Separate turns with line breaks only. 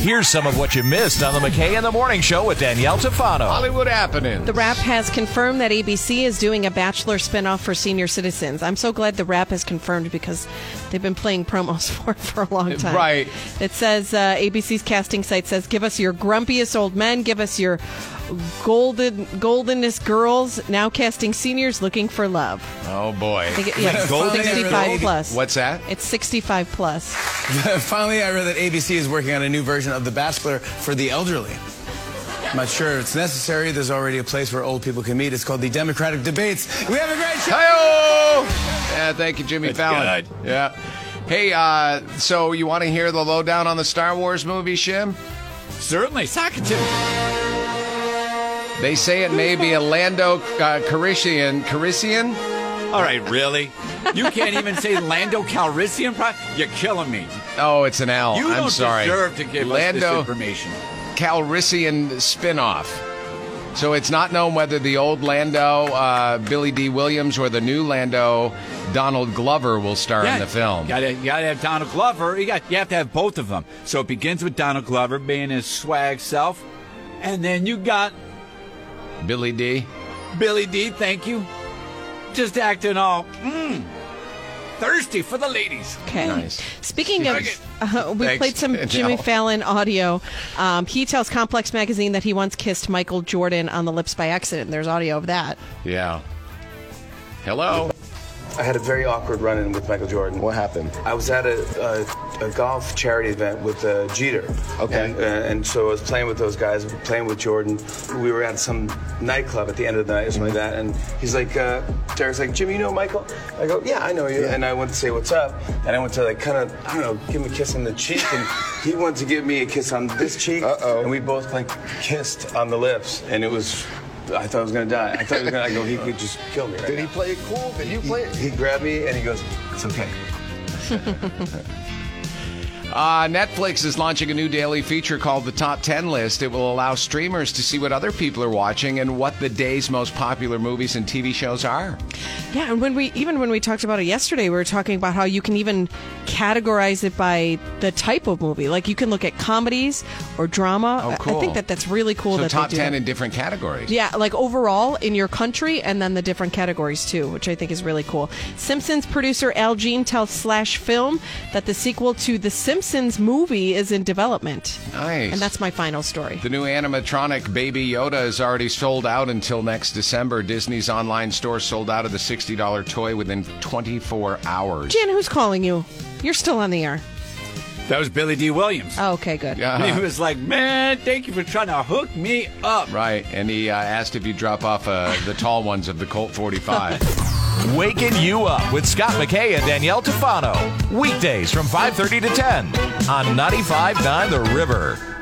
Here's some of what you missed on the McKay in the Morning Show with Danielle Tafano.
Hollywood happening.
The Rap has confirmed that ABC is doing a Bachelor spinoff for senior citizens. I'm so glad The Rap has confirmed because they've been playing promos for it for a long time.
Right.
It says uh, ABC's casting site says, "Give us your grumpiest old men. Give us your golden goldenest girls. Now casting seniors looking for love."
Oh boy.
They get- yes,
Golden
65 plus.
What's that?
It's 65 plus.
Finally, I read that ABC is working on a new version of The Bachelor for the elderly. I'm not sure if it's necessary. There's already a place where old people can meet. It's called the Democratic Debates. We have a great show.
Hey-o! Yeah, thank you, Jimmy Fallon.
God.
Yeah. Hey, uh, so you want to hear the lowdown on the Star Wars movie, Shim?
Certainly. Sakatu.
They say it may be a Lando uh, Calrissian. Calrissian?
All right, really? You can't even say Lando Calrissian? Pro- You're killing me.
Oh, it's an L.
You
I'm
don't
sorry.
deserve to give us this
Lando
information.
Calrissian spinoff. So it's not known whether the old Lando, uh, Billy D. Williams, or the new Lando, Donald Glover, will star in the film.
You gotta, you gotta have Donald Glover. You, got, you have to have both of them. So it begins with Donald Glover being his swag self, and then you got
Billy D.
Billy D. Thank you, just acting all mm, thirsty for the ladies.
Okay.
Nice.
Speaking of,
Okay.
uh, we
Thanks,
played some
Danielle.
Jimmy Fallon audio. Um, he tells Complex Magazine that he once kissed Michael Jordan on the lips by accident. There's audio of that.
Yeah. Hello.
I had a very awkward run-in with Michael Jordan.
What happened?
I was at a, a, a golf charity event with uh, Jeter.
Okay.
And, uh, and so I was playing with those guys, playing with Jordan. We were at some nightclub at the end of the night or something like that. And he's like, uh, Derek's like, Jimmy, you know Michael? I go, yeah, I know you. And I went to say what's up. And I went to like kind of, I don't know, give him a kiss on the cheek. And he wanted to give me a kiss on this cheek.
Uh-oh.
And we both like kissed on the lips. And it was, I thought I was gonna die. I thought I was gonna, I go, he could just kill me right
Did he
now."
play it cool? Did you
He-
play it?
He grabbed me and he goes, "It's okay."
Uh, Netflix is launching a new daily feature called the Top 10 List. It will allow streamers to see what other people are watching and what the day's most popular movies and TV shows are.
Yeah, and when we even when we talked about it yesterday, we were talking about how you can even categorize it by the type of movie. Like you can look at comedies or drama.
Oh,
I- I
cool.
think that that's really cool.
so
that
top
they do
10
that.
in different categories.
Yeah, like overall in your country and then the different categories too, which I think is really cool. Simpsons producer Al Jean tells Slash Film that the sequel to The Simpsons movie is in development.
Nice.
And that's my final story.
The new animatronic Baby Yoda is already sold out until next December. Disney's online store sold out of the $60 toy within 24 hours.
Jan, who's calling you? You're still on the air.
That was Billy D. Williams.
Oh, okay, good.
Yeah.
He was like, man, thank you for trying to hook me up.
Right, and he uh, asked if you drop off uh, the tall ones of the Colt 45.
Waking you up with Scott McKay and Danielle Tafano. Weekdays from 5.30 to 10 on 95.9 The River.